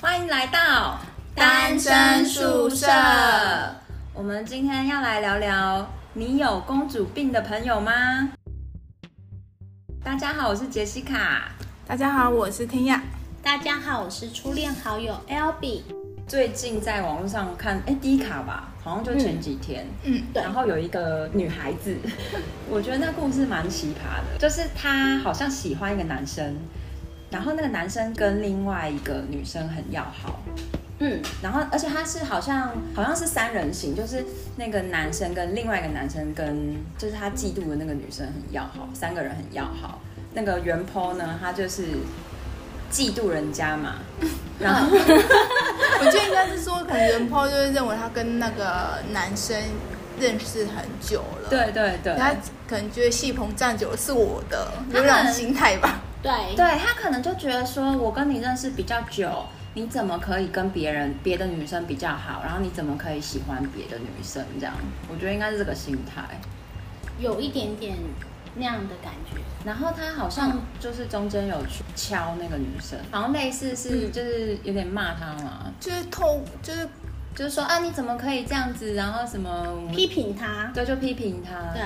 欢迎来到单身宿舍我们今天要来聊聊，你有公主病的朋友吗？大家好，我是杰西卡。大家好，我是天亚。大家好，我是初恋好友 L B。最近在网络上看，哎，第一卡吧，好像就前几天，嗯，对然后有一个女孩子， 我觉得那故事蛮奇葩的，就是她好像喜欢一个男生，然后那个男生跟另外一个女生很要好，嗯，然后而且他是好像好像是三人行，就是那个男生跟另外一个男生跟就是他嫉妒的那个女生很要好，三个人很要好。那个原 po 呢，他就是嫉妒人家 嘛，然后我觉得应该是说，可能袁抛就是认为他跟那个男生认识很久了，，对对对，他可能觉得戏棚站久了是我的，他有那很种心态吧。 对，对他可能就觉得说，我跟你认识比较久，你怎么可以跟别人别的女生比较好，然后你怎么可以喜欢别的女生这样？我觉得应该是这个心态。有一点点那样的感觉。然后他好像就是中间有去敲那个女生，好像类似是嗯就是有点骂她嘛，就是透，就是就是说啊你怎么可以这样子，然后什么批评他，对就批评她，对，，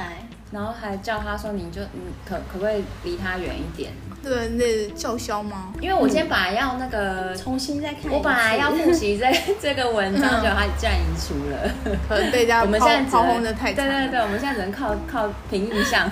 然后还叫她说你就你可可不可以离她远一点？对那叫嚣吗？因为我今天本来要那个，重新再看一次。我本来要复习这这个文章，嗯结果她竟然赢输了。可能被大我家们炮现在只炮能轰的太惨对了。对对，我们现在只能靠靠凭印象。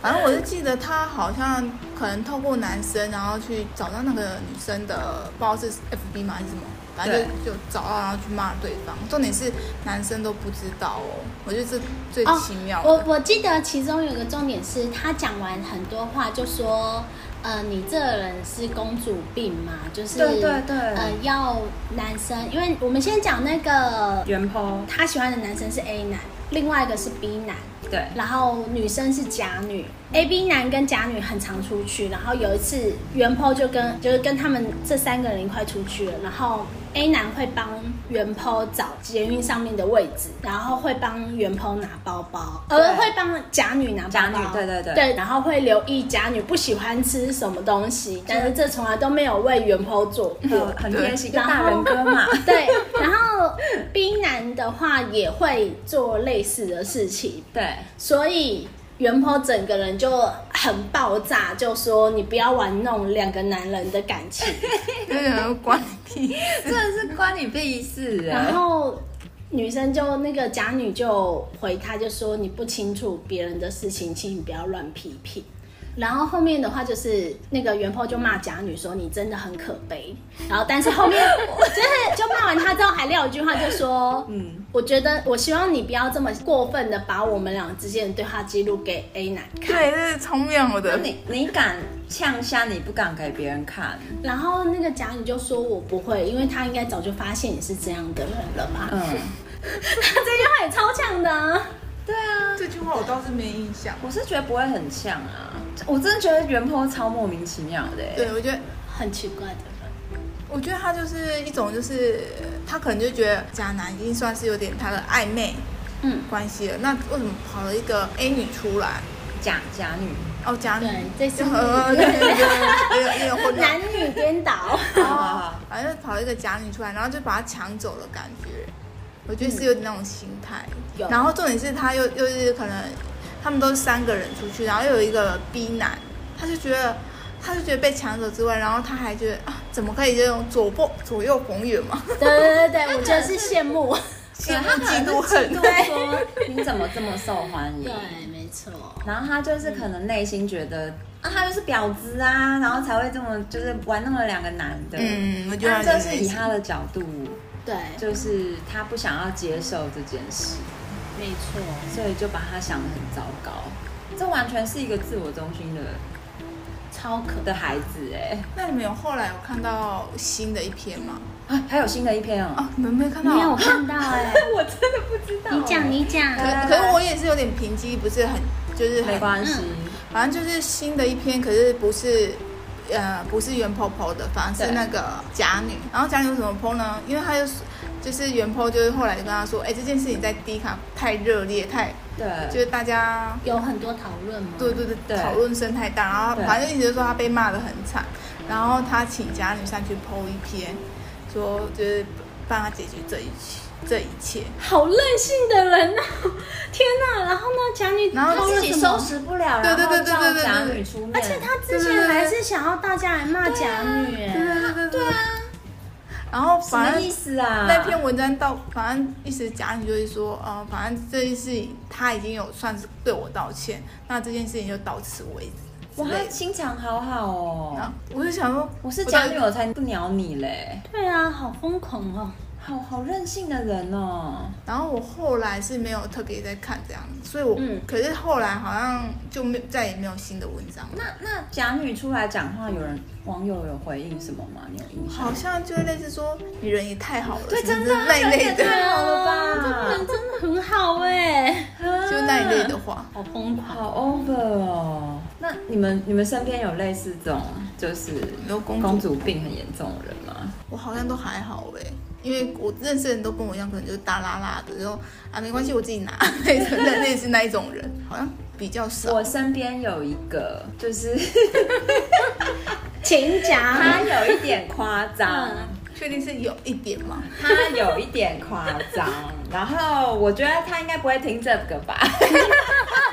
反正我是记得他好像可能透过男生，然后去找到那个女生的，不知道是 FB 吗还是什么，反正就就找到然后去骂对方。重点是男生都不知道哦，我觉得这最哦奇妙的。 我我记得其中有个重点是，他讲完很多话就说，呃，你这个人是公主病嘛，就是对对对呃，要男生，因为我们先讲那个原 po 他喜欢的男生是 A 男，另外一个是 B 男，对然后女生是假女，A B 男跟假女很常出去，然后有一次袁坡就跟就是跟他们这三个人一块出去了，然后 A 男会帮袁坡找捷运上面的位置，然后会帮袁坡拿包包，对呃，会帮假女拿包包，假女对对对对，然后会留意假女不喜欢吃什么东西，但是这从来都没有为袁坡做过很，很贴心，就嗯然后大人哥嘛。对， 然后 B 男的话也会做类似的事情，对，所以袁坡整个人就很爆炸，就说你不要玩弄两个男人的感情。有人关闭，真的是关你屁事哎、然后女生就那个假女就回他，就说你不清楚别人的事情，请你不要乱批评。然后后面的话就是那个袁坡就骂假女说你真的很可悲，然后但是后面 就是就骂完他之后还撂一句话就说，嗯，我觉得我希望你不要这么过分的把我们俩之间的对话记录给 A 男看。对，这是聪明我那的。你你敢呛虾，你不敢给别人看，然后那个甲女就说：“我不会，因为他应该早就发现你是这样的人了吧？”嗯， 这句话也超呛的、啊。对啊，这句话我倒是没印象。我是觉得不会很呛啊，我真的觉得袁坡超莫名其妙的、欸，对，我觉得，很奇怪的我觉得他就是一种，就是他可能就觉得渣男已经算是有点他的暧昧人，嗯，关系了，那为什么跑了一个 A 女出来？假假女，哦，渣女对，，这是就 呃，有点有点有点混乱男。女 颠倒。哦，反正跑一个假女出来，然后就把她抢走的感觉，我觉得是有点那种心态。有然后重点是他又又是可能他们都是三个人出去，然后又有一个 B 男，他就觉得他就觉得被抢走之外，然后他还觉得啊，怎么可以这种左右左右逢源嘛？对对对对，我觉得是 羡慕。对，他可嫉能妒是嫉恨，妒说你怎么这么受欢迎，对，没错。然后他就是可能内心觉得、啊，他就是婊子啊，然后才会这么就是玩弄了两个男的，嗯，我觉但得这是以他的角度，对，就是他不想要接受这件事，没错。所以就把他想得很糟糕，这完全是一个自我中心的超可的孩子哎、那你们有后来有看到新的一篇吗？啊，还有新的一篇哦，啊，你们没有看到？没有看 到哎、我真的不知道哦你讲你讲。可可是我也是有点平击，不是很就是很没关系，反正就是新的一篇，可是不是，呃，不是袁婆婆的，反对正是那个假女。然后假女为什么 p 呢？因为她就是就是袁婆，就是后来就跟她说，哎、这件事情在 D 卡太热烈，太就对，是大家有很多讨论吗？对对对对讨论声太大，然后对反正一直就说她被骂的很惨，然后她请假女上去 p 一篇，说就是帮他解决这一切这一切。好任性的人呐、天哪！然后呢，假女然后掏自了己什收么？拾不了，对然对后对对对叫对假对女出面，而且他之前还是想要大家来骂假女、对哎，对对对对啊！然后什反么正意思啊？那篇文章到，反正意思假你就是说，呃，反正这件事情他已经有算是对我道歉，那这件事情就到此为止哇之，类他的。心肠好好然哦后。我就想说，我是我假到底女，我才不鸟你嘞，对啊，好疯狂哦！好好任性的人哦。然后我后来是没有特别在看这样，所以我、嗯可是后来好像就没有再也没有新的文章了，那那假女出来讲话，有人网友有回应什么吗？你有印象吗？好像就是类似说你人也太好了，对什真么的啊之类他人也类的，太好了吧这个人啊真的很好哎、就那一类的话。好疯狂。好 over 哦。那你们你们身边有类似这种就是你说公主公主病很严重的人吗？我好像都还好哎、因为我认识的人都跟我一样，可能就是大拉拉的，然后啊没关系，我自己拿 类似类类似那一种人，好像比较少。我身边有一个， 就是情夹他有一点夸张，嗯确定是有一点 吗？他有一点夸张，然后我觉得他应该不会听这个吧。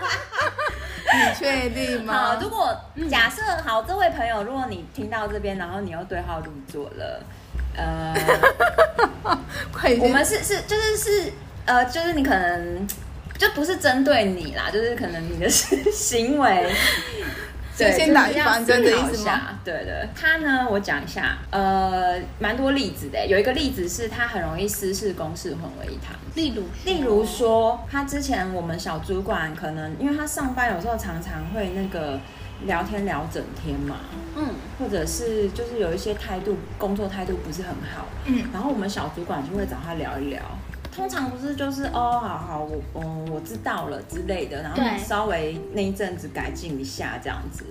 你确定 好，吗？如果假设好，这位朋友，如果你听到这边，然后你又对号入座了，呃，快点，我们是是就是是呃，就是你可能就不是针对你啦，就是可能你的行 为。就先打预防针的意思吗就是要思考一下对对，他呢，我讲一下，呃，蛮多例子的。有一个例子是他很容易私事公事混为一谈，例如，例如说，他之前我们小主管可能因为他上班有时候常常会那个聊天聊整天嘛，嗯，或者是就是有一些态度，工作态度不是很好，嗯，然后我们小主管就会找他聊一聊。通常不是就是哦，好好，我嗯我知道了之类的，然后对稍微那一阵子改进一下这样子，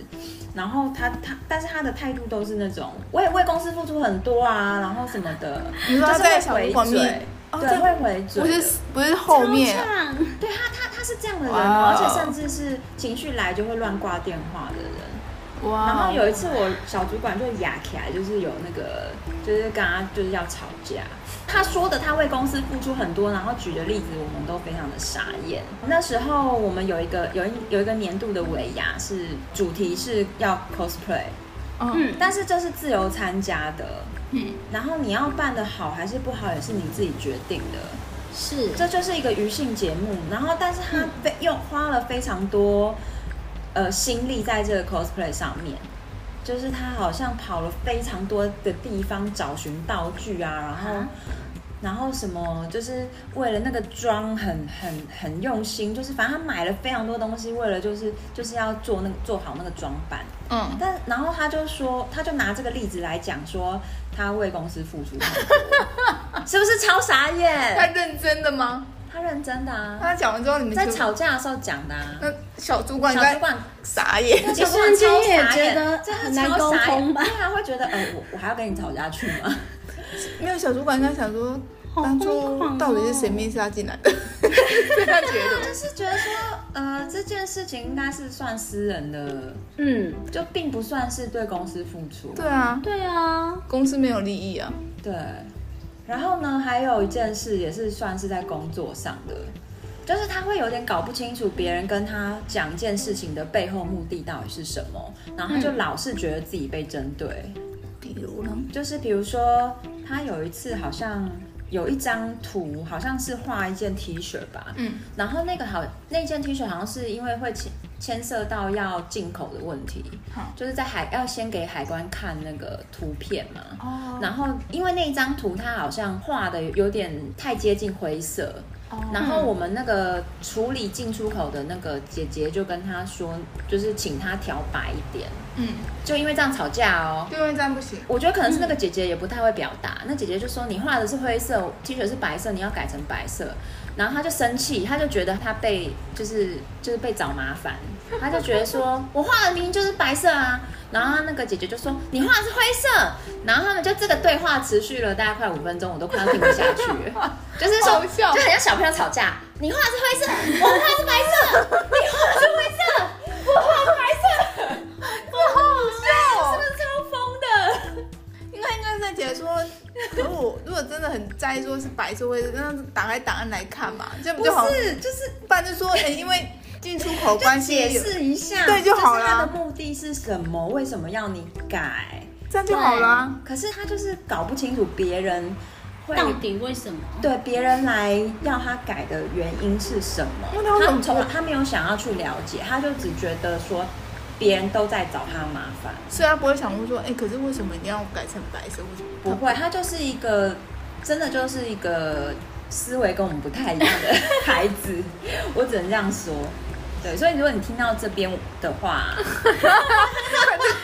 然后他他但是他的态度都是那种，我也为公司付出很多啊，然后什么的，你说就他是在小会主回管嘴面，，哦对，这会回嘴不的，是不是后面超，呛对他，他他是这样的人哦，哇而且甚至是情绪来就会乱挂电话的人。哇哦然后有一次我小主管就哑起来，就是有那个，就是跟他就是要吵架。他说的他为公司付出很多，然后举的例子我们都非常的傻眼。那时候我们有一个有一有一个年度的尾牙是主题是要 cosplay，嗯嗯，但是这是自由参加的，嗯，然后你要办的好还是不好也是你自己决定的。是这就是一个娱性节目，然后但是他非又花了非常多呃心力在这个 cosplay 上面，就是他好像跑了非常多的地方找寻道具啊，然后、啊然后什么就是为了那个妆很很很用心，就是反正他买了非常多东西，为了就是就是要做那个做好那个装扮，嗯，但然后他就说，他就拿这个例子来讲说他为公司付出很多，是不是超傻眼？他认真的吗？他认真的啊，他讲完之后你们在就，吵架的时候讲的啊。那小主管小在主管，傻 眼，小主管瞬间超也傻眼觉得真的很难超沟傻眼通吧对啊，会觉得呃，我我还要跟你吵下去 吗？没有小主管应该想说，好当疯狂初哦到底是谁面试他进来的？对他觉得就是觉得说，呃，这件事情应该是算私人的，嗯，就并不算是对公司付出。对啊，对啊，公司没有利益啊。对，然后呢，还有一件事也是算是在工作上的，就是他会有点搞不清楚别人跟他讲一件事情的背后目的到底是什么，然后他就老是觉得自己被针对。比如呢？就是比如说，他有一次好像有一张图，好像是画一件 T 恤吧，嗯，然后那个好那件 T 恤好像是因为会牵牵涉到要进口的问题，好就是在海要先给海关看那个图片嘛，哦然后因为那一张图它好像画的有点太接近灰色，哦然后我们那个处理进出口的那个姐姐就跟他说，就是请他调白一点，嗯，就因为这样吵架哦。对面站不行。我觉得可能是那个姐姐也不太会表达，那姐姐就说你画的是灰色，T 恤是白色，你要改成白色。然后她就生气，她就觉得她被就是就是被找麻烦，她就觉得说我画的明明就是白色啊。然后那个姐姐就说你画的是灰色，然后他们就这个对话持续了大概快五分钟，我都快要听不下 去了，就是说好笑就很像小朋友吵架，你画的是灰色，我画的是白色，你画的是灰色，我画的是白色，好是不是超疯的？应该应该在解说，可我猜说是白色会，那打开档案来看嘛，这样不 不就好？是，就是不然就说，哎、因为进出口就关系，解释一下，对就好是他了的目的是什么？为什么要你改？这样就好啦。可是他就是搞不清楚别人会到底为什么？对别人来要他改的原因是什么？因为他很从来他没有想要去了解，他就只觉得说别人都在找他麻烦。所以他不会想问说，哎、可是为什么一定要改成白色？为什么不会，他就是一个真的就是一个思维跟我们不太一样的孩子，我只能这样说。对，所以如果你听到这边的话，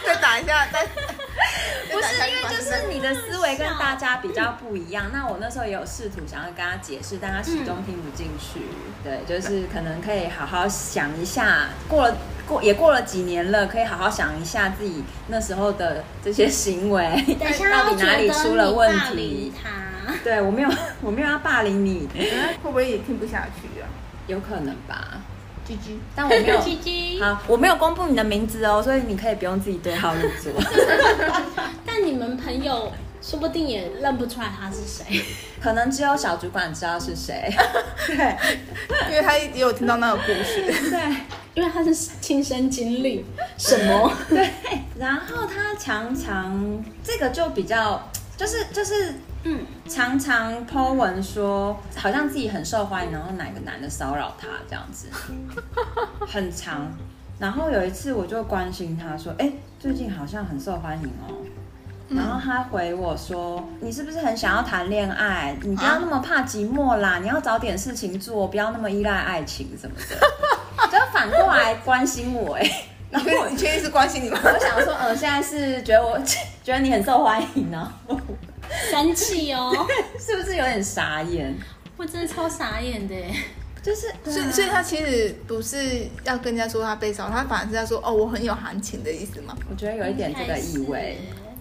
再打一下，再 不是因为就是你的思维跟大家比较不一样。那我那时候也有试图想要跟他解释，但他始终听不进去。嗯对，就是可能可以好好想一下，过了过也过了几年了，可以好好想一下自己那时候的这些行为等一下，到他底哪里出了问觉得你霸凌题。他，。对我没有， 我没有要霸凌你，会不会也听不下去啊？有可能吧，居居，但我没有 鸡鸡。好，我没有公布你的名字哦，所以你可以不用自己对号入 座。但你们朋友说不定也认不出来他是谁。可能只有小主管知道是 谁。对因为他也有听到那个故 事，对。因为他是亲身经历什么？对，然后他常常这个就比较，就是就是嗯，常常 po 文说，好像自己很受欢迎，然后哪个男的骚扰他这样子，很长。然后有一次我就关心他说，哎、最近好像很受欢迎哦。然后他回我说：“你是不是很想要谈恋爱？你不要那么怕寂寞啦，你要找点事情做，不要那么依赖爱情什么的。”就反过来关心我哎、然后我你确定是关心你吗？我想说，呃，现在是觉得我 觉得你很受欢迎呢、哦生气哦， 是不是有点傻眼？啊我真的超傻眼的耶。就是，所以，所以他其实不是要跟人家说他被骚扰，他反而是在说哦，我很有含情的意思嘛。我觉得有一点这个意味，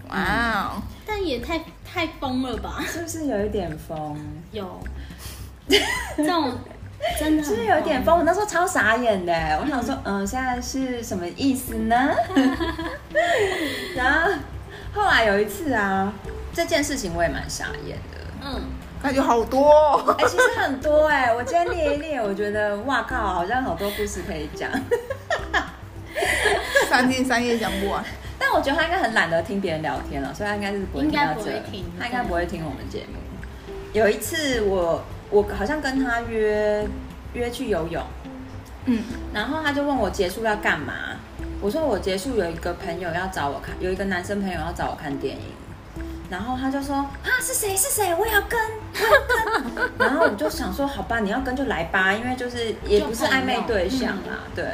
哇哦，但也太太疯了吧？是不是有一点疯？嗯有这种真的很是不是有一点疯？我那时候超傻眼的，我想说，嗯、现在是什么意思 呢？然后后来有一次啊，这件事情我也蛮傻眼的。嗯，感觉好多、哦。 哎、其实很多哎、我今天列一列，我觉得哇靠，好像好多故事可以讲。三天三夜讲不完，但我觉得他应该很懒得听别人聊天了，所以他应该是不会应听该到不这会听他应该不会听我们节目。有一次我我好像跟他约约去游泳，嗯，然后他就问我结束要干嘛，我说我结束有一个朋友要找我看，有一个男生朋友要找我看电影。然后他就说啊是谁是谁我也要跟，我也要跟。然后我就想说好吧你要跟就来吧，因为就是也不是暧昧对象啦，对。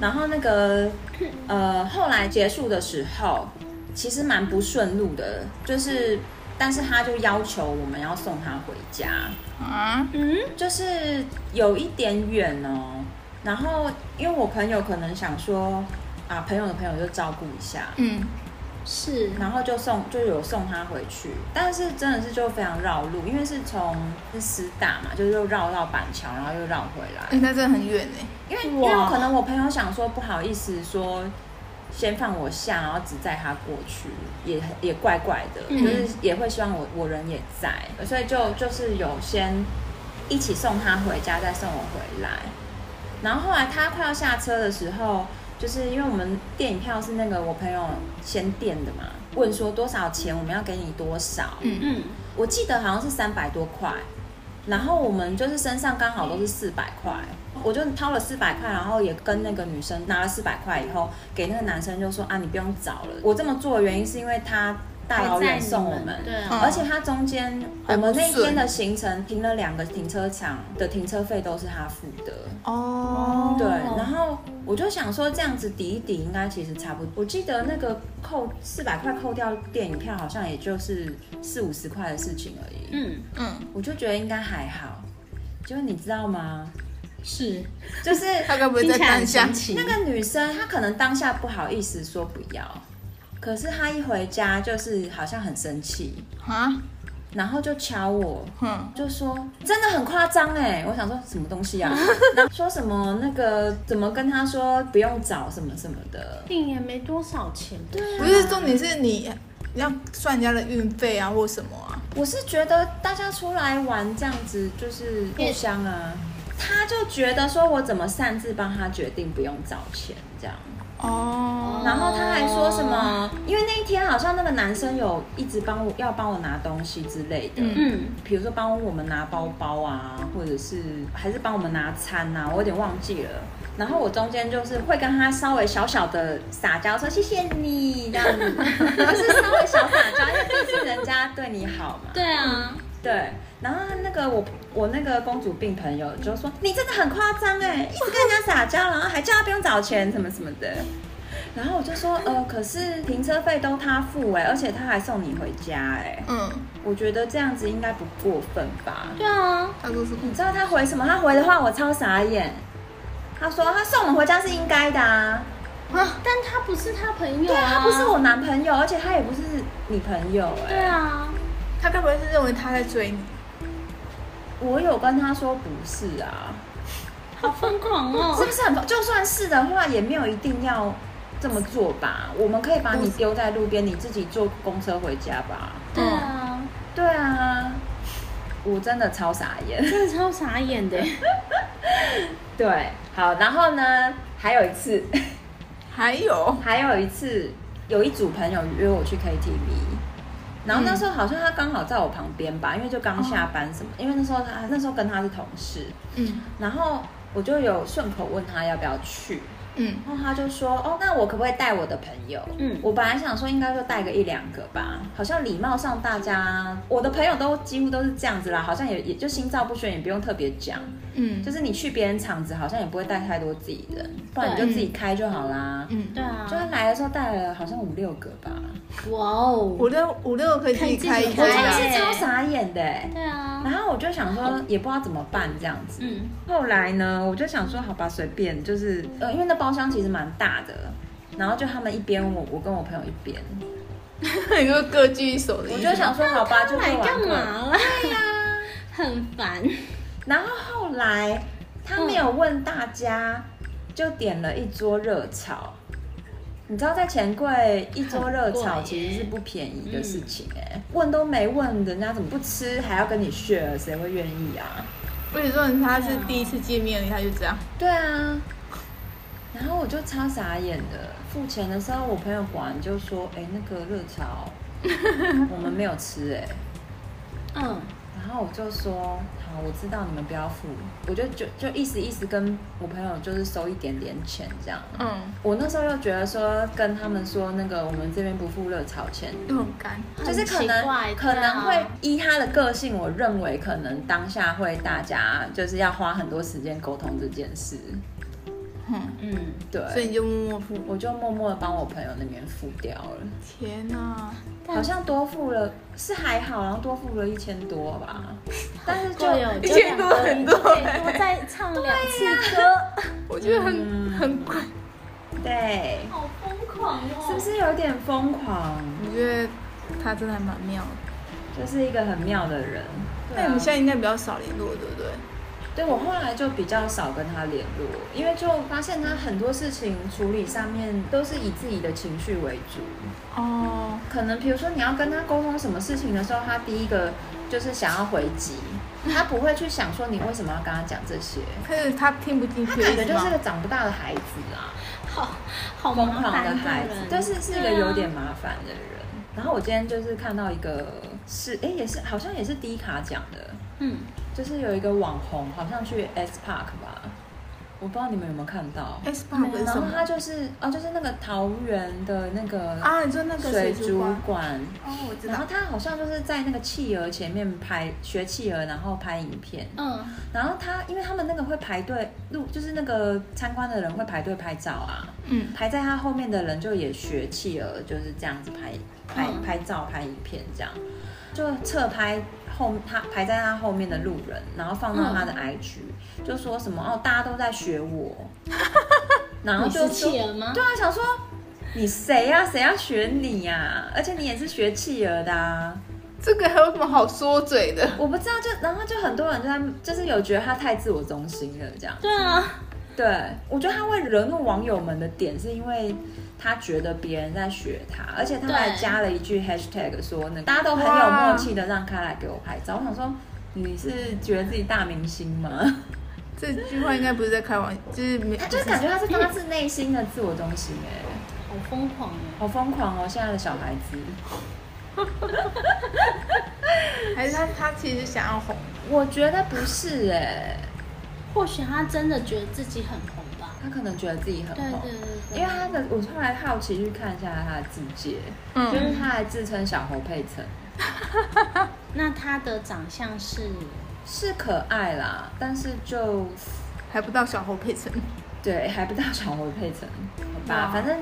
然后那个呃后来结束的时候，其实蛮不顺路的，就是但是他就要求我们要送他回家，啊，嗯就是有一点远哦。然后因为我朋友可能想说啊朋友的朋友就照顾一下，嗯，是然后就送就有送他回去，但是真的是就非常绕路，因为是从是师大嘛，就是又绕到板桥，然后又绕回来，哎、那真的很远哎。因为因哇为可能我朋友想说不好意思说先放我下，然后只载他过去，也也怪怪的，嗯就是也会希望我我人也在，所以就就是有先一起送他回家，再送我回来。然后后来他快要下车的时候，就是因为我们电影票是那个我朋友先垫的嘛，问说多少钱，我们要给你多少，嗯，嗯，我记得好像是三百多块，然后我们就是身上刚好都是四百块，我就掏了四百块，然后也跟那个女生拿了四百块以后，给那个男生就说啊，你不用找了。我这么做的原因是因为他大老远送我还在们你们，对啊嗯而且他中间呃我还不们那一天顺的行程停了两个停车场的停车费都是他付的。哦，对，然后我就想说这样子抵一抵，应该其实差不多。我记得那个扣四百块扣掉电影票，好像也就是四五十块的事情而已。嗯嗯，我就觉得应该还好。结果你知道吗？是，就是他该不会听再起来看很一下神？奇那。个女生，她可能当下不好意思说不要，可是她一回家就是好像很生气，啊，然后就敲我，哼，就说真的很夸张哎！我想说什么东西啊？然后说什么那个怎么跟她说不用找什么什么的，定也没多少钱，对，不是重点是你要算人家的运费啊或什么啊，我是觉得大家出来玩这样子就是互相啊，他就觉得说我怎么擅自帮他决定不用找钱这样，哦，然后他还说什么，因为那一天好像那个男生有一直帮我要帮我拿东西之类的，嗯嗯，比如说帮我们拿包包啊，或者是还是帮我们拿餐啊，我有点忘记了。然后我中间就是会跟他稍微小小的撒娇说谢谢你 这样子，就是稍微小撒娇，因为毕竟人家对你好嘛。对啊，对。然后那个我我那个公主病朋友就说你真的很夸张 哎，一直跟人家撒娇，然后还叫他不用找钱什么什么的。然后我就说呃，可是停车费都他付哎，而且他还送你回家哎。嗯，我觉得这样子应该不过分吧？对啊，他说什么你？知道他回什么？他回的话我超傻眼。他说他送我回家是应该的啊，啊，但他不是他朋友对啊，啊，他不是我，男朋友，而且他也不是你朋友哎、对啊，他该不会是认为他在追你？我有跟他说不是啊，好疯狂 是哦不，是很？就算是的话，也没有一定要这么做吧。我们可以把你丢在路边，你自己坐公车回家吧。对啊，对啊，我真的超傻眼。真的超傻眼的，对，好，然后呢，还有一次。 还有，还有一次，有一组朋友约我去 KTV，然后那时候好像他刚好在我旁边吧，因为就刚下班什么，因为那时候他那时候跟他是同事，嗯然后我就有顺口问他要不要去，嗯然后他就说，哦，那我可不可以带我的朋友？嗯我本来想说应该就带个一两个吧，好像礼貌上大家，我的朋友都几乎都是这样子啦，好像也也就心照不宣，也不用特别讲，嗯，就是是你去别人场子好像也不会带太多自己人，不然你就自己开就好啦。嗯，对啊就，他来的时候带了好像五六个吧，哇哦，五六五六可以自己开一对我个真的呀，是超傻眼的欸。对啊，然后我就想说，也不知道怎么办这样子。嗯，后来呢，我就想说，好吧，随便，就是呃，因为那包厢其实蛮大的，然后就他们一边，我我跟我朋友一边，你说各据一手的意我思。就想说，好吧，就来各玩干各的。嘛啦？对呀， 很烦，然后后来他没有问大家，就点了一桌热炒。你知道在钱柜一桌热炒很贵耶嗯其实是不便宜的事情哎、问都没问，人家怎么不吃还要跟你 share，谁会愿意啊？我跟你说，他是第一次见面，他就这样。对啊，然后我就超傻眼的。付钱的时候，我朋友果然就说：“哎、那个热 炒我们没有吃哎、嗯，然后我就说，好，我知道你们不要付，我就就就意思意思跟我朋友就是收一点点钱这样。嗯，我那时候又觉得说跟他们说那个我们这边不付热炒钱，又很干。就是可能很奇怪可对啊能会依他的个性，我认为可能当下会大家就是要花很多时间沟通这件事，嗯，嗯，所对。以你就默默付。我就默默的帮我朋友那边付掉了，天哪，好像多付了是还好，然后多付了一千多吧，但是就就有一千多很多可以欸多再唱两次歌，我觉得很、嗯很贵。对，好疯狂哦，是不？是有点疯狂？我觉得他真的还蛮妙的。就是一个很妙的人。啊那你们现在应该比较少联络，对不对？对我后来就比较少跟他联络，因为就发现他很多事情处理上面都是以自己的情绪为主。哦，可能比如说你要跟他沟通什么事情的时候，他第一个就是想要回击，他不会去想说你为什么要跟他讲这些。可是他听不进去，他感觉就是是吗哦个长不大的孩子啊，好好疯麻狂烦啊的孩子，人，但是是一啊个有点麻烦的人。然后我今天就是看到一个是，哎、也是好像也是低卡奖的，嗯，就是有一个网红，好像去 S Park 吧，我不知道你们有没有看到。 S Park 哎是然什后他么？就是啊，就是那个桃园的那个啊，你说那个水水族族馆？馆，哦，我知然后道。他好像就是在那个企鹅前面拍学企鹅，然后拍影片。嗯然后他因为他们那个会排队入，就是那个参观的人会排队拍照啊，嗯排在他后面的人就也学企鹅，就是这样子拍拍嗯拍照、拍影片这样，就侧拍后他排在他后面的路人，然后放到他嗯的 IG，、就说什么哦，大家都在学 我，然后你就是说企鹅吗对？啊，想说你谁呀、谁要学你呀、而且你也是学企鹅的啊，这个还有什么好说嘴的？我不知道就然后就很多人就在就是有觉得他太自我中心了这样。对啊，对，我觉得他会惹怒网友们的点，是因为他觉得别人在学他，而且他对还加了一句 hashtag 说那个大家都很有默契的让他来给我拍照。我想说你是觉得自己大明星吗？这句话应该不是在开玩笑，就是没，就是感 觉他是发自内心的自我中心哎、好疯狂哦！好疯狂哦！现在的小孩子，还是他他其实是想要红，我觉得不是哎、或许他真的觉得自己很红吧。他可能觉得自己很对红对。对，因为他的，我后来好奇去看一下他的字界，就嗯，是他还自称小侯佩岑，那他的长相是是可爱啦，但是就还不到小侯佩岑，对 还不到小侯佩岑，好吧，哇反正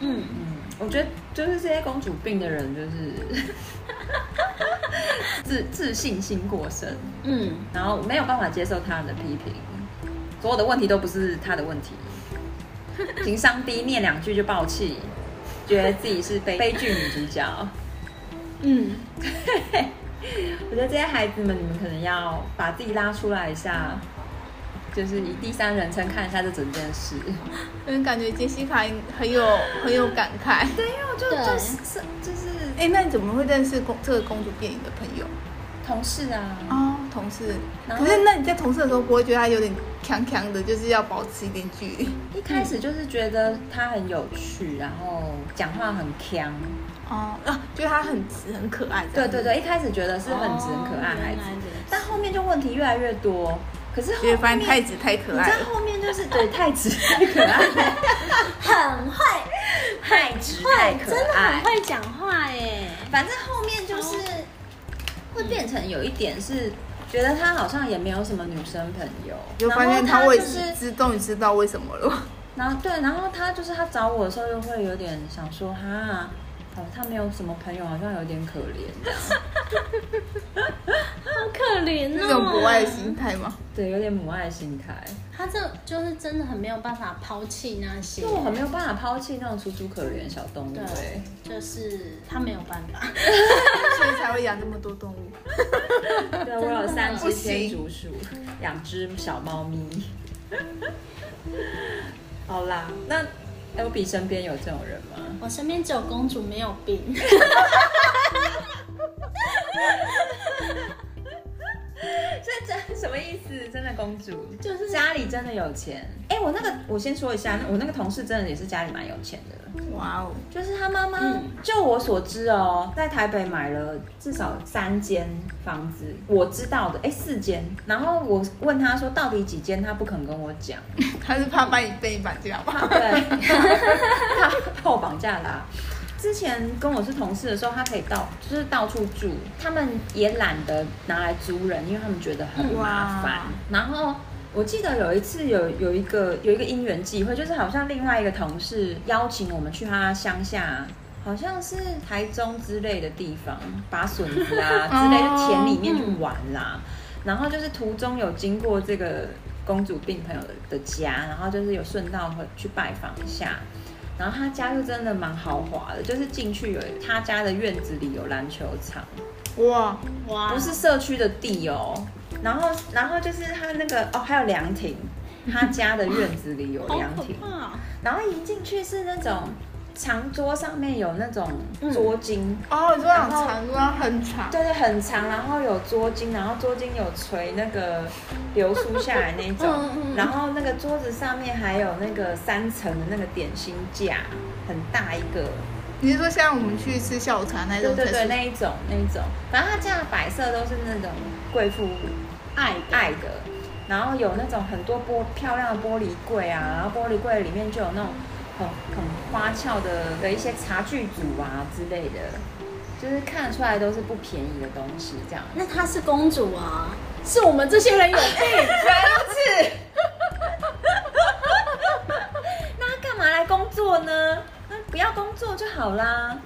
嗯，嗯，我觉得就是这些公主病的人就是 自自信心过剩，嗯，然后没有办法接受他人的批评，所有的问题都不是他的问题，情商低，念两句就爆气，觉得自己是悲悲剧女主角。嗯，我觉得这些孩子们，你们可能要把自己拉出来一下，就是以第三人称看一下这整件事。嗯，感觉杰西卡很有很有感慨。对，因为我就对就是是就是哎、那你怎么会认识公这个公主电影的朋友？同事啊，哦，同事。然后可是那你在同事的时候，不会觉得他有点强强的，就是要保持一点距离？一开始就是觉得他很有趣，然后讲话很腔。哦，啊，就是他很直很可爱。对对，对，一开始觉得是很直很可爱的孩子哦原来如此，但后面就问题越来越多。可是后就是发面现太直太可你爱在了。后面就是对 太直太可爱， 很会，太直太会，可真的爱很。会讲话耶。反正后面就是会变成有一点是觉得他好像也没有什么女生朋友，就发现然后他他为就是，知终于知道为什么了。然后对，然后他就是他找我的时候又会有点想说哈。哦，他没有什么朋友，好像有点可怜这样，好可怜哦，这种博爱心态 吗？对，有点母爱心态。他这就是真的很没有办法抛弃那些，就我很没有办法抛弃那种楚楚可怜的小动物、对 欸，，就是他没有办法，所以才会养这么多动物。对，我有三只不行天竺鼠，两只小猫咪。好啦，那 L B 身边有这种人吗？我身边只有公主没有病，这真什么意思？真的公主就是家里真的有钱。哎、我那个我先说一下，我那个同事真的也是家里蛮有钱的，哇哦，就是他妈妈，嗯就我所知哦，在台北买了至少三间房子，我知道的，哎、四间。然后我问他说到底几间，他不肯跟我讲。他是怕把你被绑架 吧？对， 他怕我绑架啦、之前跟我是同事的时候，他可以到就是到处住，他们也懒得拿来租人，因为他们觉得很麻烦哇。然后我记得有一次有有一个有一个因缘际会，就是好像另外一个同事邀请我们去他乡下。好像是台中之类的地方，拔笋子啊 之类的田里面去玩哦嗯啦。然后就是途中有经过这个公主病朋友的家，然后就是有顺道会去拜访一下。然后他家就真的蛮豪华的，就是进去有他家的院子里有篮球场，哇，哇，不是社区的地哦。然后，然后就是他那个哦，还有凉亭，他家的院子里有好凉可亭。怕哦，然后一进去是那种长桌，上面有那种桌巾，嗯哦，你说很长，你说很长，就是很长，然后有桌巾，然后桌巾有垂那个流苏下来那种，嗯嗯嗯然后那个桌子上面还有那个三层的那个点心架，很大一个，你是说像我们去吃下午茶那对种才对对，是？那一种那一种，反正它这样摆设都是那种贵妇爱爱的，然后有那种很多玻漂亮的玻璃柜啊，然后玻璃柜里面就有那种很很花俏的的一些茶具组啊之类的，就是看得出来都是不便宜的东西这样。那她是公主啊，是我们这些 人有哎病，原来如此。那他干嘛来工作呢？那不要工作就好啦。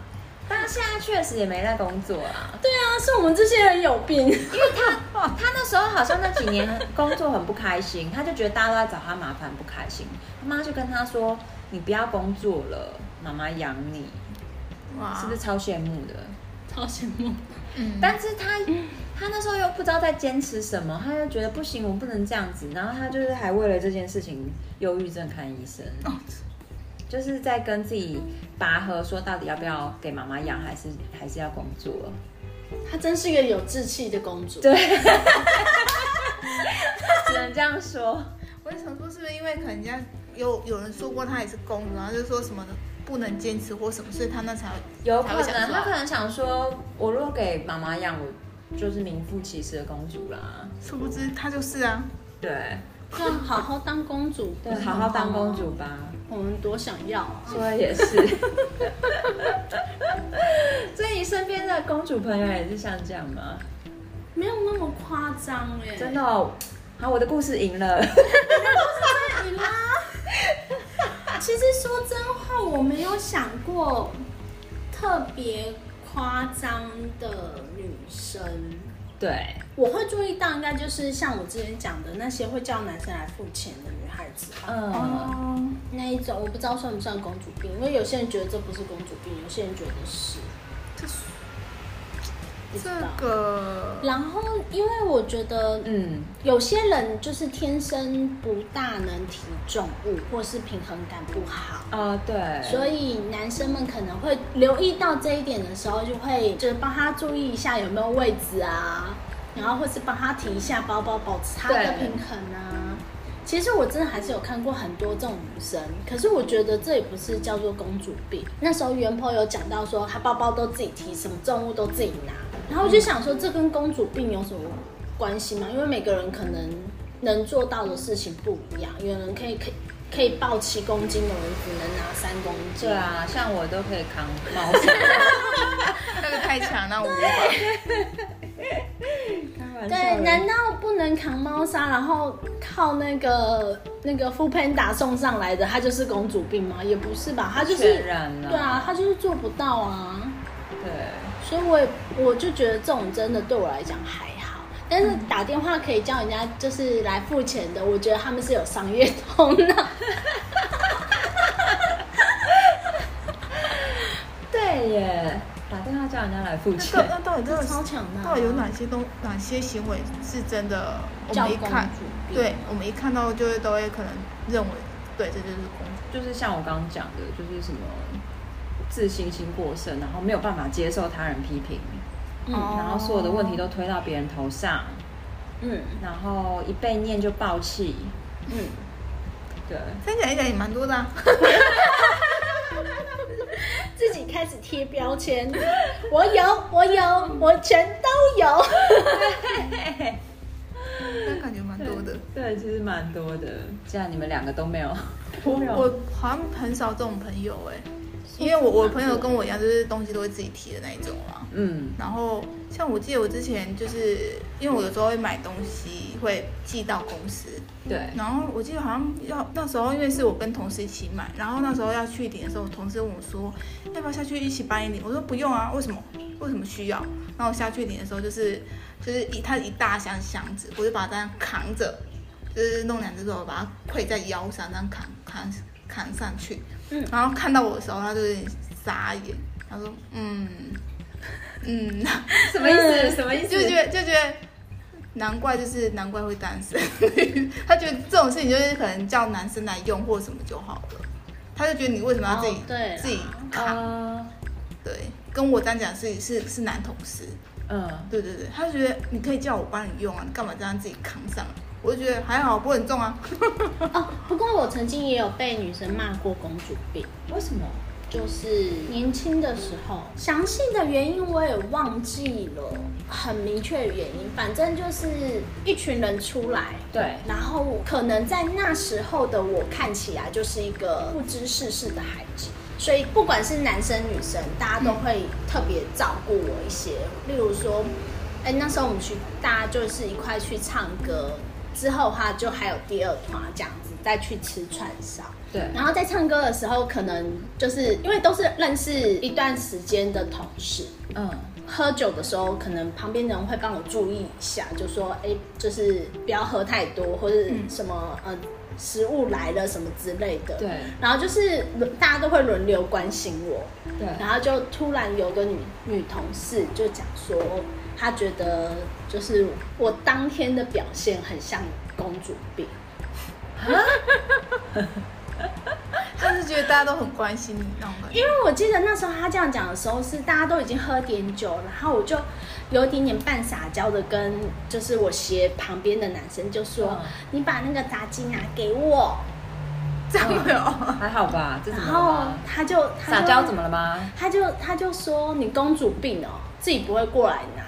但他现在确实也没在工作啊。对啊，是我们这些人有病，他那时候好像那几年工作很不开心，他就觉得大家都在找他麻烦，不开心。他妈就跟他说：“你不要工作了，妈妈养你。”哇，是不是？超羡慕的？超羡慕，嗯，但是他他那时候又不知道在坚持什么，他就觉得不行，哦我不能这样子。然后他就是还为了这件事情忧郁症看医生。就是在跟自己拔河，说到底要不要给妈妈养，还是还是要工作。她真是一个有志气的公主。对，只能这样说。我也想说，是不是因为可能人家有有人说过她也是公主，然后就说什么不能坚持或什么，所以她那才有才可会想能说她可能想说，我如果给妈妈养，我就是名副其实的公主啦。殊不知她就是啊。对，这样好好当公主，对，好好当公，主吧。我们多想 要啊！说的也是。所以你身边的公主朋友也是像这样吗？没有那么夸张哎，真的、哦，好，我的故事赢了。 你啦。其实说真话，我没有想过特别夸张的女生。对，我会注意到，应该就是像我之前讲的那些会叫男生来付钱的女孩子吧，嗯，哦，那一种我不知道算不算公主病，因为有些人觉得这不是公主病，有些人觉得是，这不知道这。个然后，因为我觉得嗯，有些人就是天生不大能提重物，或是平衡感不好，哦，对，所以男生们可能会留意到这一点的时候，就会就是帮他注意一下有没有位置啊，然后或是帮他提一下包包，保持他的对平衡啊。其实我真的还是有看过很多这种女生，可是我觉得这也不是叫做公主病。那时候袁婆有讲到说，她包包都自己提，什么重物都自己拿，然后我就想说，这跟公主病有什么关系吗？因为每个人可能能做到的事情不一样，有人可以可以可以抱七公斤，有人只能拿三公斤。对，啊，像我都可以扛帽子，那个太强了，我无法。开玩对，笑的。难道不能扛猫砂，然后靠那个那个副 panda 送上来的，她就是公主病吗？也不是吧，她就是全然了对啊，她就是做不到啊。对，所以我也我就觉得这种真的对我来讲还好，但是打电话可以叫人家就是来付钱的，我觉得他们是有商业头 脑。对耶，打电话叫人家来付那钱 到，那到底这个超强的啊到底有哪些东哪些行为是真的？我叫们一公看，主病，对，我们一看到就会都会可能认为，对，这就是公主。就是像我刚刚讲的，就是什么自信心过剩，然后没有办法接受他人批评，嗯然后所有的问题都推到别人头上，嗯然后一被念就爆气，嗯，对，分享一讲也蛮多的、啊， 自己开始贴标签，我有，我有，我全都有。但感觉蛮多的。对，其实蛮多的。既然你们两个都没有，我好像很少这种朋友哎、因为我我朋友跟我一样，就是东西都会自己提的那一种嘛。嗯，然后像我记得我之前就是因为我有时候会买东西会寄到公司，对，然后我记得好像要那时候因为是我跟同事一起买，然后那时候要去领的时候，我同事问我说要不要下去一起帮你领，我说不用啊，为什么？为什么需要？然后我下去领的时候就是就是一它一大箱箱子，我就把它这样扛着，就是弄两只手把它挎在腰上这样扛扛扛上去，嗯然后看到我的时候他就有点傻眼，他说嗯嗯，什么意思？什么意就觉得就觉得，难怪就是难怪会单身， 他觉得这种事情就是可能叫男生来用或什么就好了，他就觉得你为什么要自己、哦对啦自己扛？啊，对，跟我这样讲是是是男同事，嗯，对对对，他就觉得你可以叫我帮你用啊，你干嘛这样自己扛上来？我就觉得还好，不会很重啊。哦，不过我曾经也有被女生骂过公主病，为什么？就是年轻的时候，详细的原因我也忘记了，很明确的原因，反正就是一群人出来。对，然后可能在那时候的我看起来就是一个不知世事的孩子，所以不管是男生女生，大家都会特别照顾我一些。例如说，哎，那时候我们去，大家就是一块去唱歌，之后的话就还有第二团这样子，再去吃串烧。对，然后在唱歌的时候，可能就是因为都是认识一段时间的同事，嗯，喝酒的时候，可能旁边的人会帮我注意一下，就说，哎、就是不要喝太多，或者什么、呃，食物来了什么之类的。嗯对。然后就是轮大家都会轮流关心我，对，然后就突然有个女女同事就讲说，她觉得就是我当天的表现很像公主病。但是觉得大家都很关心你那种感觉。因为我记得那时候他这样讲的时候，是大家都已经喝点酒，然后我就有一点点半撒娇的跟就是我斜旁边的男生就说：“嗯你把那个炸鸡拿给我。这样的哦，还好吧？”这怎然么了后吗？他就嗯他撒就娇怎么了吗？他就他就说你公主病哦，自己不会过来拿。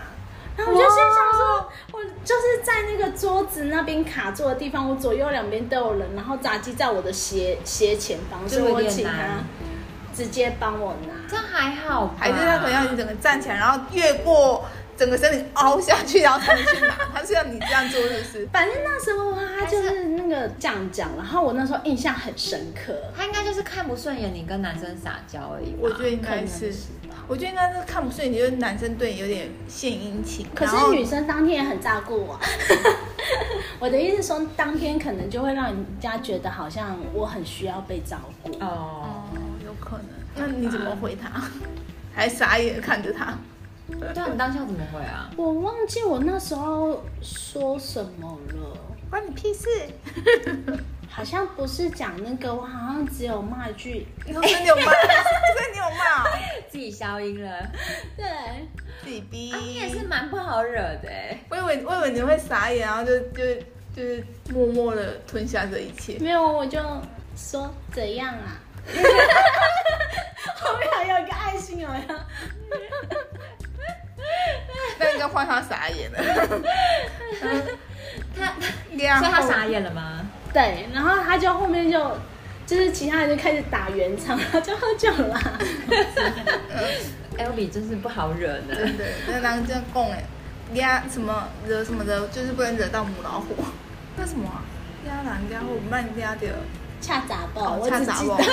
然后我就心想说，我就是在那个桌子那边卡住的地方，我左右两边都有人，然后炸鸡在我的斜斜前方，所就以有我点请难他直接帮我拿。这样还好吧？还是他可能要你整个站起来，然后越过整个身体凹下去，然后才能去拿。他是要你这样做，是不是？反正那时候他就是那个这样讲，然后我那时候印象很深刻。他应该就是看不顺眼你跟男生撒娇而已吧。我觉得应可该能是，是吧我觉得应该是看不顺眼，就是男生对你有点献殷勤。可然是后女生当天也很照顾我。 我的意思说，当天可能就会让人家觉得好像我很需要被照顾。哦，哦，有可能。那你怎么回他？还傻眼看着他，对啊，你当下怎么回啊？我忘记我那时候说什么了，关你屁事！好像不是讲那个，我好像只有骂一句。你说真的有骂，真的你有骂哦，自己消音了，啊，对，自己逼。你也是蛮不好惹的欸我以为我以为你会傻眼，然后就就就是默默的吞下这一切。没有我就说怎样 啊。后面还有一个爱心，有没有？那应该换他傻眼了。他，所 以他傻眼了吗？对，然后他就后面就就是其他人就开始打圆场，然后就喝酒 啦。 L B 真是不好惹 呢。真的，那当真供哎，压什么惹什么的，就是不能惹到母老虎。那什么啊？压人家或慢压的，恰哦杂爆，我恰只杂记哦我，得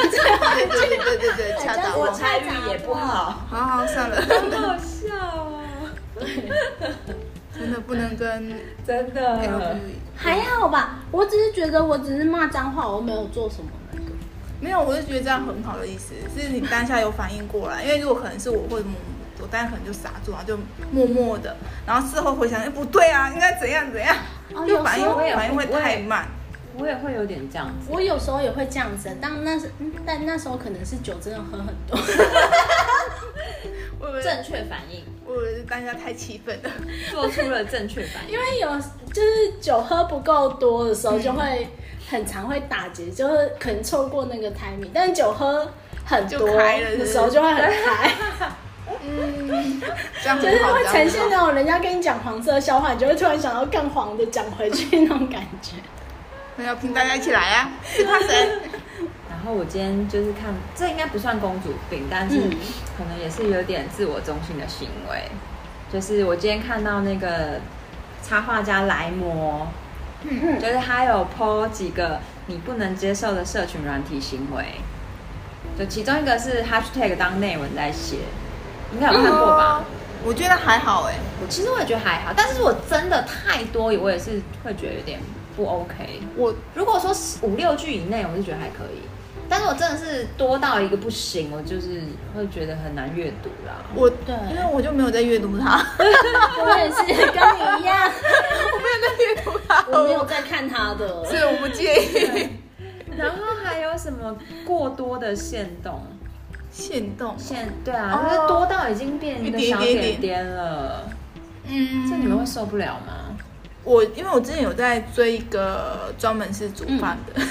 对对对对对对，恰杂我我。猜语也不好，好好算了，很好笑哦，真的不能跟真的 L。还好吧。我只是觉得我只是骂脏话，我没有做什么那个。没有，我就觉得这样很好的意思，是你当下有反应过来，因为如果可能是我或者我，我当下可能就傻住，然啊后就默默的，然后事后回想，哎、不对啊，应该怎样怎样，哦就反应有时候我也反应会会太慢，我也会有点这样子。我有时候也会这样子，但那时嗯但那时候可能是酒真的喝很多， 我以为正确反应，我以为是当下太气愤了，做出了正确反应。因为有就是酒喝不够多的时候就会很常会打结，就是可能错过那个 timing，但酒喝很多就开了是不的是时候就会很 开。嗯， 这样 就是很好，会呈现这那样很好种人家跟你讲黄色笑话，你就会突然想要更黄的讲回去那种感 觉。那要拼大家一起来啊，是怕谁？然后我今天就是看，这应该不算公主病，但是嗯可能也是有点自我中心的行为。就是我今天看到那个插画家莱摩，嗯就是他有 po 几个你不能接受的社群软体行为，就其中一个是 hashtag 当内文在写，应该有看过吧？哦 我觉得还好哎、我其实我也觉得还好，但是我真的太多，我也是会觉得有点不 OK。我如果说十五六句以内，我是觉得还可以，但是我真的是多到一个不行，我就是会觉得很难阅读啦。我对因为我就没有在阅读它，我也是跟你一 样，我没有在阅读 它，我没有在看他的。所以我不介意。然后还有什么过多的限动？限动，限对啊，哦就是多到已经变一个小一点一点点点了，嗯这你们会受不了吗？我因为我之前有在追一个专门是煮饭的，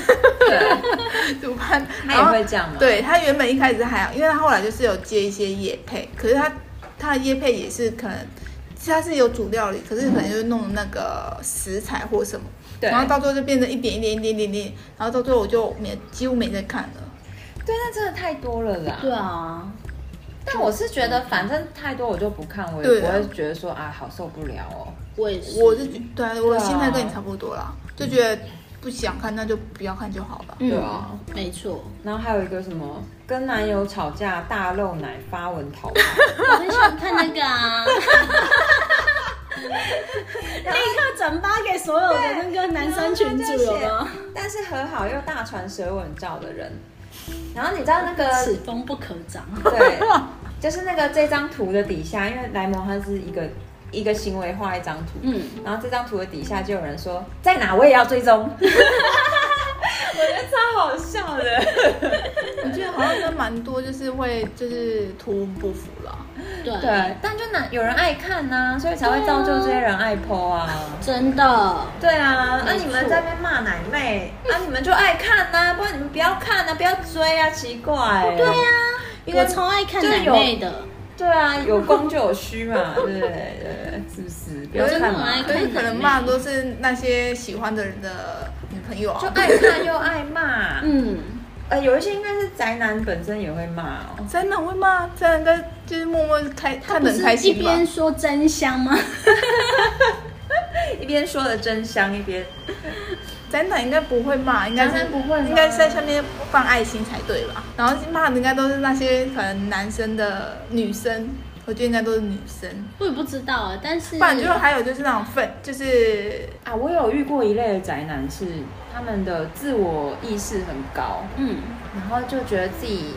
对， 煮饭，他然也后会这样吗？，对他原本一开始还好，因为他后来就是有接一些夜配，可是他他的夜配也是可能他是有煮料理，可是可能就是弄那个食材或什么，对然后到最后就变成一点一点一点一点一点，然后到最后我就没几乎没在看了。 对，那真的太多了啦。对啊，但我是觉得，反正太多我就不看，我也对不啊会觉得说啊，好受不了哦。我也是。我是觉对啊，我对的啊心态跟你差不多啦，就觉得不想看那就不要看就好了。对啊，嗯没错。然后还有一个什么，跟男友吵架大漏奶发文讨拍，我很喜欢看那个啊。 立刻转发给所有的那个男生群主有吗？但是和好又大传舌吻照的人，然后你知道那啊此个风不可长。对，就是那个这张图的底下，因为莱蒙他是一个一个行为画一张图，嗯，然后这张图的底下就有人说 在哪我也要追踪，我觉得超好笑的。我记得好像真的蛮多，就是会就是图文不符啦。对，对，但就哪有人爱看呐、所以才会造就这些人爱 PO 啊。真的。对啊，那、没错你们在那边骂奶妹，啊你们就爱看呐、不然你们不要看呐、不要追啊，奇怪、哦对啊呀、因为我超爱看就奶有妹的，对啊，有功就有虚 嘛，对不对？对，是不是？不要真的看很爱嘛，可是可能骂的都是那些喜欢的人的女朋友就啊，爱看又爱骂。嗯，呃，有一些应该是宅男本身也会骂哦。真的会骂，真的就是默默开看不得很是开一心吧边。说真香吗？一边说的真香，一边展览应该不会骂，应该展是览不会吗应该是在下面放爱心才对吧？然后骂的应该都是那些可能男生的女生，我觉得应该都是女生。我也不知道啊，但是不然就是还有就是那种愤，就是啊，我有遇过一类的宅男是他们的自我意识很高，嗯，然后就觉得自己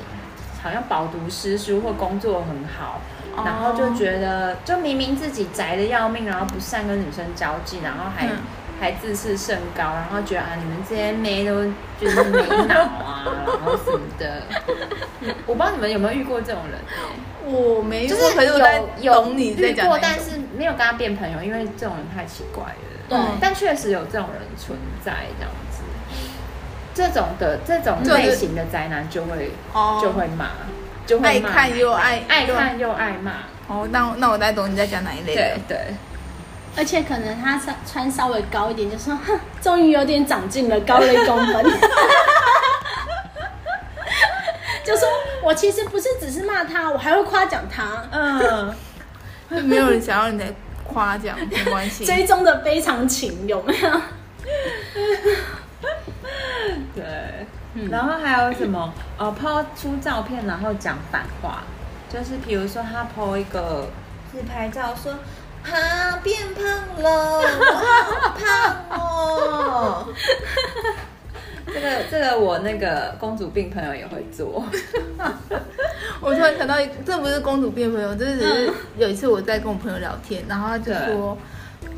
好像饱读诗书或工作很好，哦然后就觉得就明明自己宅的要命，然后不善跟女生交际，然后还、嗯还自视甚高，然后觉得啊你们这些妹都就是没脑啊，然后什么的。 我不知道你们有没有遇过这种人，我没遇就过，是可是我在有懂你在遇讲过哪，一但种是没有跟他变朋友，因为这种人太奇怪了。对，嗯但确实有这种人存在，这样子。这种的这种就是类型的宅男就会哦就会骂，就会骂爱看又爱爱看又爱骂。哦，那我那我在懂你在讲哪一类的。对，而且可能他穿穿稍微高一点，就说 哼，终于有点长进了，高了一公分。 就说我其实不是只是骂他，我还会夸奖他，嗯，就 没有人想要你在夸奖，没 关系。追踪的非常勤，有没有？对。嗯然后还有什么？哦，抛出照片然后讲反话，就是比如说他抛一个自拍照说。啊，变胖了，我好胖哦！ 这个这个我那个公主病朋友也会做。我突然想到一，这不是公主变朋友，这只是有一次我在跟我朋友聊天，然后他就说，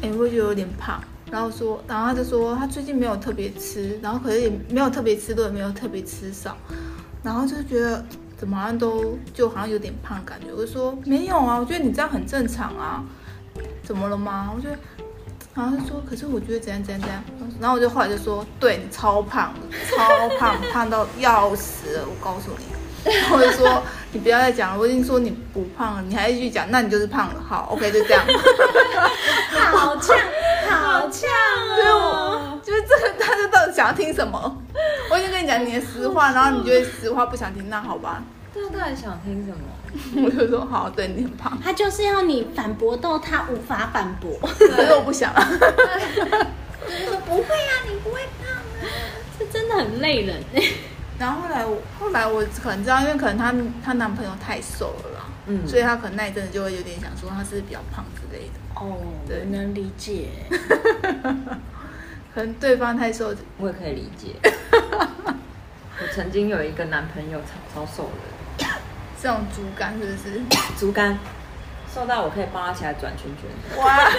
哎、我觉得有点胖，然后说，然后他就说他最近没有特别吃，然后可是也没有特别吃多，也没有特别吃少，然后就觉得怎么好像都就好像有点胖的感觉。我就说没有啊，我觉得你这样很正常啊，怎么了吗？我觉得。然后他说，可是我觉得怎样怎样怎样，然后我就后来就说，对你超胖的，超胖， 胖到要死了，我告诉你。然后我就说你不要再讲了，我已经说你不胖了，你还继续讲，那你就是胖了。好，OK，就这样。好呛，好呛就是哦！我，就是这个，他就到底想要听什么？我已经跟你讲你的实话，然后你觉得实话不想听，那好吧。这啊到底想听什么？我就说好，对你很胖，他就是要你反驳到他无法反驳，可是我不想。就是说不会啊，你不会胖。 这真的很累人。 然后后来我，后来我可能知道，因为可能她她男朋友太瘦了啦，嗯所以她可能那一阵子就会有点想说她是比较胖之类的，哦，对我能理解。可能对方太瘦，我也可以理解。我曾经有一个男朋友超超瘦的，这种竹竿是不是？竹竿瘦到我可以抱他起来转圈圈，哇，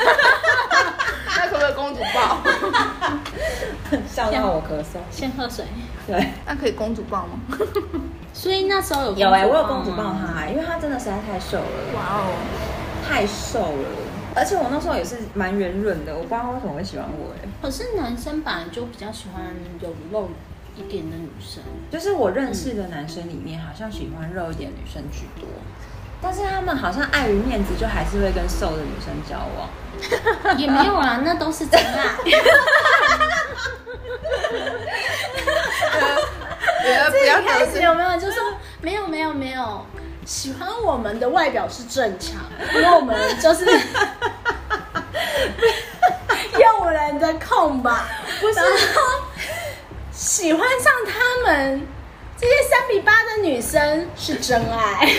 那可不可以公主抱？笑到我咳嗽。先喝水。对，那可以公主抱吗？所以那时候有公主有哎、我有抱公主抱吗他、因为他真的实在太瘦了，哇 哦，太瘦了。而且我那时候也是蛮圆润的，我不知道他为什么会喜欢我哎、可是男生本来就比较喜欢有肉一点的女生，就是我认识的男生里面，好像喜欢肉一点的女生居多，但是他们好像碍于面子，就还是会跟瘦的女生交往。也没有啊 啦，那都是真爱。不要不要得罪有没有？就说没有没有没有，喜欢我们的外表是正常，因为我们就是 诱人的控吧，不是喜欢上他们这些三比八的女生是真 爱。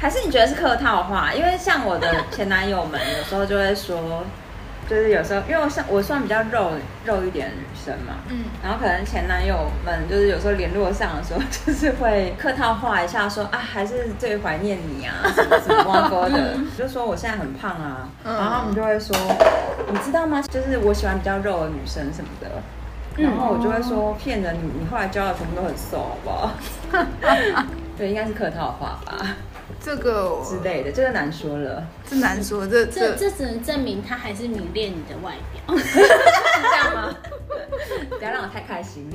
还是你觉得是客套话？因为像我的前男友们，有时候就会说，就是有时候，因为我像我算比较肉肉一点的女生嘛，嗯，然后可能前男友们就是有时候联络上的时候，就是会客套话一下说啊，还是最怀念你 啊，什么什么挂钩的，就说我现在很胖啊，嗯然后他们就会说，你知道吗？就是我喜欢比较肉的女生什么的。然后我就会说骗人，你你后来教的全部都很瘦，好不 好？对，应该是客套话吧这个我之类的，这个难说了。这难说，这这这这只能证明他还是迷恋你的外表。 是这样吗？ 不要让我太开心。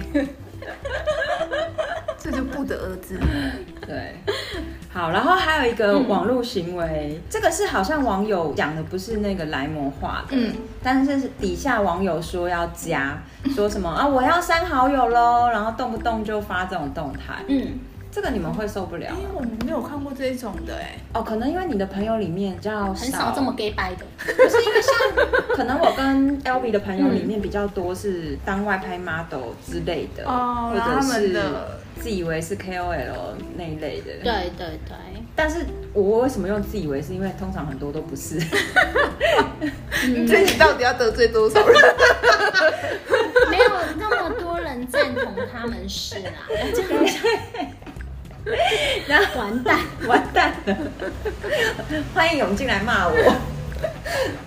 这就不得而知。对，好，然后还有一个网络行为，这个是好像网友讲的，不是那个来魔化的，嗯但是底下网友说要加， 说什么啊我要删好友喽，然后动不动就发这种动态，嗯，这个你们会受不了哎因为我们没有看过这一种的哎、哦，可能因为你的朋友里面比较少，很少这么 gay 白的。 可能我跟 L B 的朋嗯友里面比较多是当外拍 model 之类的，哦或然者后他们是的自以为是 K O L 那一类的，对对对，但是我为什么用自以为是？因为通常很多都不 是，欸，这你到底要得罪多少人？没有那么多人赞同他们是 啦，这样讲，完蛋。完蛋了！欢迎涌进来骂 我。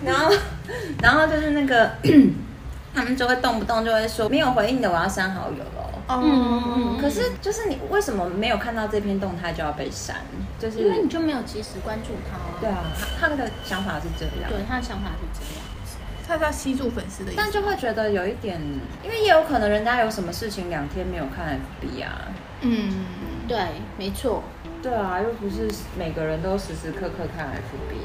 然后，然后就是那个， 他们就会动不动就会说没有回应的，我要删好友了。哦嗯嗯可是，就是你为什么没有看到这篇动态就要被删？就是因为你就没有及时关注他、啊。对啊，他他的想法是这样，对，他的想法是这样。他是要吸住粉丝的意但思。就会觉得有一点，因为也有可能人家有什么事情两天没有看 FB 啊，嗯，对，没错。对啊，又不是每个人都时时刻刻看 FB。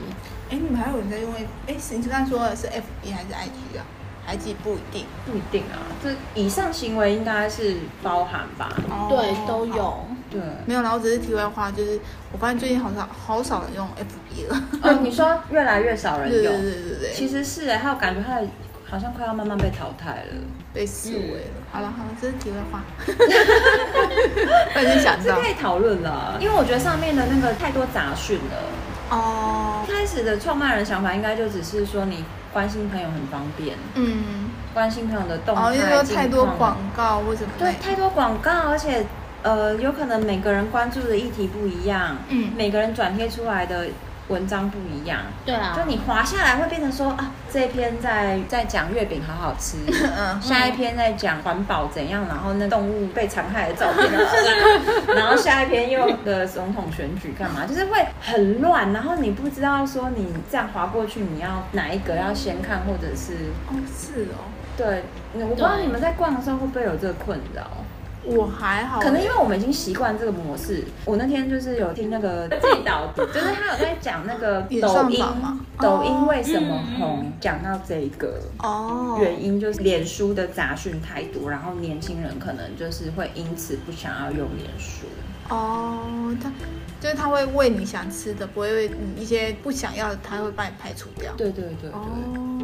哎、你们还有人在用 F？哎、是你刚才说的是 FB 还是 IG 啊？IG 不一定。不一定啊，这以上行为应该是包含吧？哦对，都。有。对。没有啦，我只是题外话，就是我发现最近好少好少人用 FB 了。哦，你说越来越少对人对用，对对对，其实是哎、还有感觉它好像快要慢慢被淘汰了。被思嗯维了。好了好了，这是题外 话。我已经想这到可以讨论了，因为我觉得上面的那个太多杂讯了。哦一，开始的创办人想法应该就只是说你关心朋友很方便，嗯，关心朋友的动态、哦，因为说太多近况广告或什么对类，太多广告，而且呃，有可能每个人关注的议题不一样，嗯每个人转贴出来的文章不一样，对啊。就你滑下来会变成说啊，这一篇在在讲月饼好好吃， 嗯，下一篇在讲环保怎样，然后那动物被残害的照片，然后然后下一篇又的总统选举干嘛，就是会很乱，然后你不知道说你这样滑过去，你要哪一个要先看，或者是哦是哦，对，我不知道对你们在逛的时候会不会有这个困扰。我还好，可能因为我们已经习惯这个模式。我那天就是有听那 个季导读，就是他有在讲那个哦演抖算音法嘛，抖音为什么嗯嗯红，讲到这个。哦，原因就是脸书的杂讯太多，然后年轻人可能就是会因此不想要用脸书。哦，他就是他会为你想吃的，不会为你一些不想要的，他会帮你排除掉。对对对对。哦，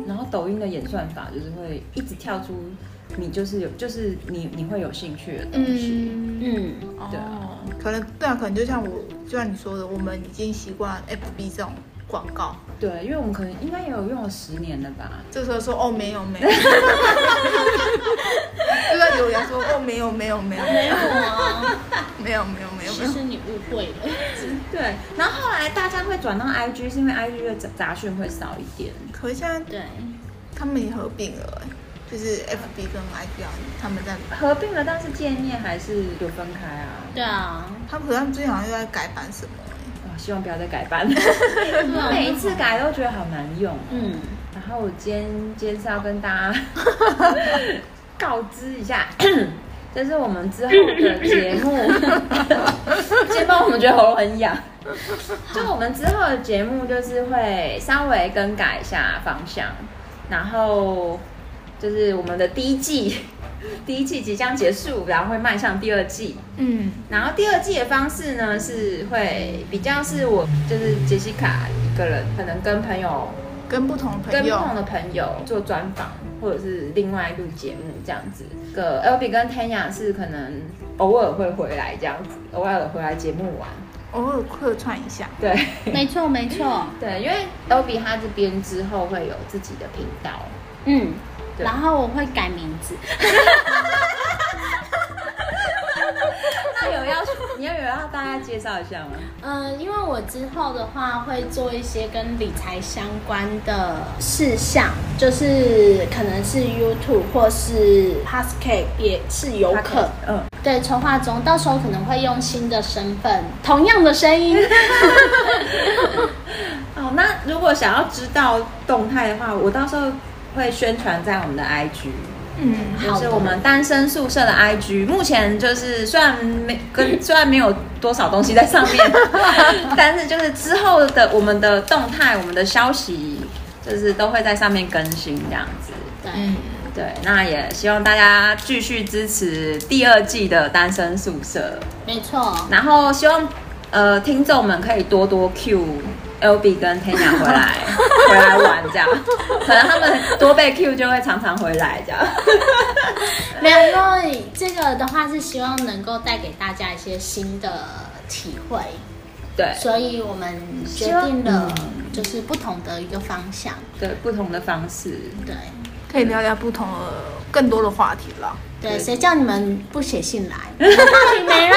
然后抖音的演算法就是会一直跳出你就是有就是你你会有兴趣的东西。嗯，嗯，对哦啊，可能对啊，可能就像我，就像你说的，我们已经习惯 FB 这种广告，对，因为我们可能应该也有用了十年了吧。这时候说哦没有没有， 就在留言说哦没有没有没有没没有啊，有没有没有没其有，实你误会了。对，然后后来大家会转到 IG，是因为 IG 的杂杂讯会少一点。可是现在对，他们也合并了、欸，就是 FB 跟 IG 啊，他们在合并了，但是界面还是有分开啊。对啊，他们好像最近好像又在改版什么、欸，哇，希望不要再改版，对啊每一次，改都觉得好难用。嗯，然后我今天今天是要跟大家 告知一下， 这是我们之后的节目。 先帮我们觉得喉咙很痒。就我们之后的节目就是会稍微更改一下方向，然后就是我们的第一季， 第一季即将结束，然后会迈向第二季。嗯，然后第二季的方式呢是会比较是我就是杰西卡一个人，可能跟朋友跟不同的跟朋不友，同的朋友做专访，或者是另外录节目这样子。个 L B 跟 Tanya 是可能偶尔会回来这样子，偶尔回来节目玩。偶尔客串一下，对 没错没错，对，因为 L B 他这边之后会有自己的频道，嗯。对然后我会改名字， 那有要你要有要大家介绍一下吗？嗯，因为我之后的话会做一些跟理财相关的事项，就是可能是 YouTube 或是 p a s c a p 也是有可。嗯，对，筹划中，到时候可能会用新的身份，同样的声 音。哦，那如果想要知道动态的话，我到时候会宣传在我们的 IG，嗯，就好是的我们单身宿舍的 IG。目前就是虽然没 跟虽然没有多少东西在上面， 但是就是之后的我们的动态、我们的消息，就是都会在上面更新这样子。对，嗯对，那也希望大家继续支持第二季的单身宿舍。没错。然后希望呃听众们可以多多 Q L B 跟 Tina 回来回来玩这样， 可能他们多被 Q 就会常常回来这样。没有，因为这个的话是希望能够带给大家一些新的体会，对嗯所以我们决定了就是不同的一个方向。对，不同的方式，对可以聊聊不同的、更多的话题了。对，谁叫你们不写 信来？话题没了，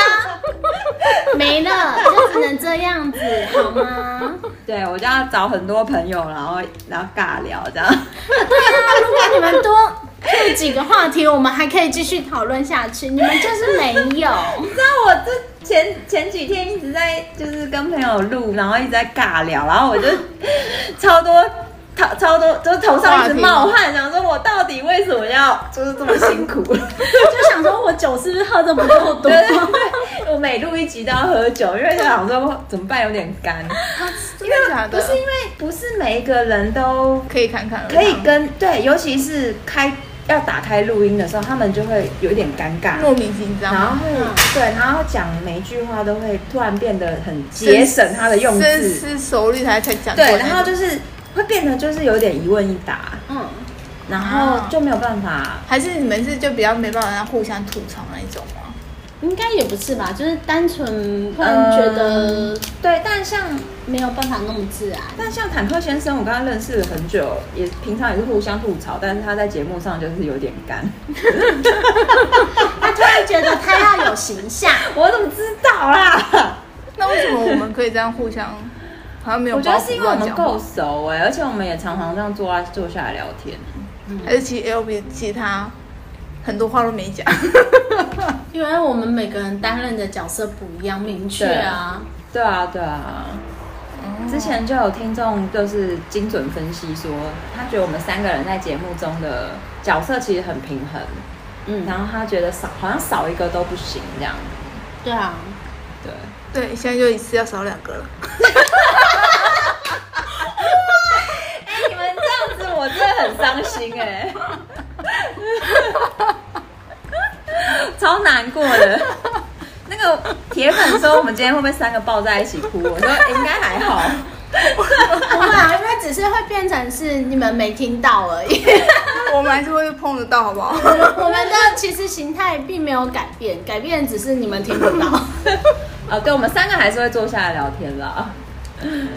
没了，就只能这样子，好吗？对我就要找很多朋友，然后然后尬聊这样。 啊如果你们多这几个话题，我们还可以继续讨论下去。你们就是没有，你知道我这前前几天一直在就是跟朋友录，然后一直在尬聊，然后我就 超多。超超多，就是头上一直冒汗，想说我到底为什么要就是这么辛 苦？ 就想说我酒是不是喝的不够 多？对对对，我每录一集都要喝酒，因为就想说怎么办，有点干。真的假啊不的？是因为不是每一个人都可以看看，啊可以跟对，尤其是开要打开录音的时候，他们就会有一点尴尬。莫名紧张，然后会嗯对，然后讲每一句话都会突然变得很节省他的用深字，思熟虑才才讲过那对，个。然后就是会变得就是有点一问一答，嗯，然后啊就没有办法还是你们是就比较没办法让互相吐槽那一种吗？应该也不是吧，就是单纯突然觉得对。但像没有办法那么自然。但像坦克先生，我跟他认识了很久，也平常也是互相吐槽，但是他在节目上就是有点 干。 他突然觉得他要有形象，我怎么知道啦？那为什么我们可以这样互相，好像没有我包袱觉得是因为我们乱讲话够熟哎、而且我们也常常这样坐下坐下来聊天。还是其实 L B 其他很多话都没 讲，因为我们每个人担任的角色不一样，明确啊。对啊，对啊。之前就有听众就是精准分析说，他觉得我们三个人在节目中的角色其实很平衡，嗯，然后他觉得少好像少一个都不行这样。对啊，对， 对，现在就一次要少两 个了。哎、你们这样子我真的很伤心哎、 超难过的。那个铁粉说我们今天会不会三个抱在一起哭？我说、欸应该还好。不会啊，因为只是会变成是你们没听到而 已。我们还是会碰得到，好不好？嗯我们的其实形态并没有改变，改变只是你们听不 到。哦，对，我们三个还是会坐下来聊天啦。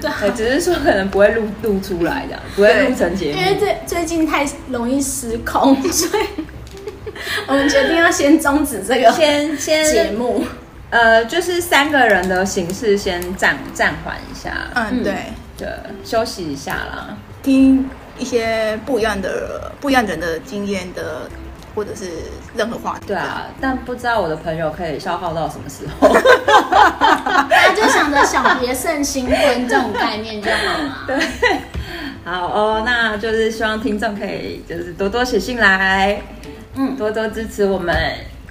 对啊 对，只是说可能不会录录出来这样，不会录成节因为目。最最近太容易失控， 所以我们决定要先终止这个先节先目。呃，就是三个人的形式先暂暂缓一下，嗯，对，对，休息一下啦。听一些不一样的、不一样人的经验的，或者是任何话题。对啊，但不知道我的朋友可以消耗到什么时候。大家就想着小别胜新婚这种概念就好了。 对，好哦，那就是希望听众可以就是多多写信来，嗯，多多支持我们。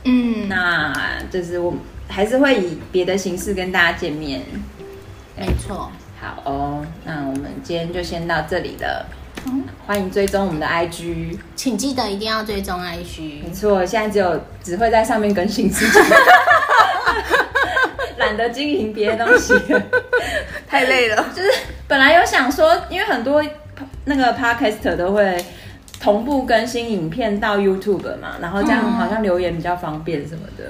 这样，嗯，那就是我还是会以别的形式跟大家见面。 没错。好哦，那我们今天就先到这里了。欢迎追踪我们的 IG，请记得一定要追踪没 IG。错，现在只有只会在上面更新 自己，懒得经营别的东 西了。太累 了。就是本来有想说，因为很多那个 podcast 都会同步更新影片到 YouTube 嘛，然后这样好像留言比较方便什么的，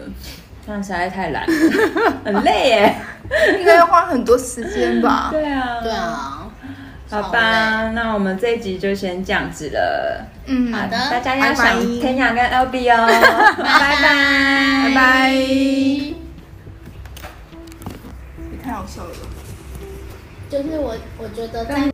但实在太 懒了，很累耶。应该要花很多时间吧？ 对啊，对，啊，好吧，那我们这一集就先这样子了。嗯，好的大家要拜拜想天 雅跟 LB 哦，拜拜，拜拜。拜。好笑的吧？就是我我觉得在但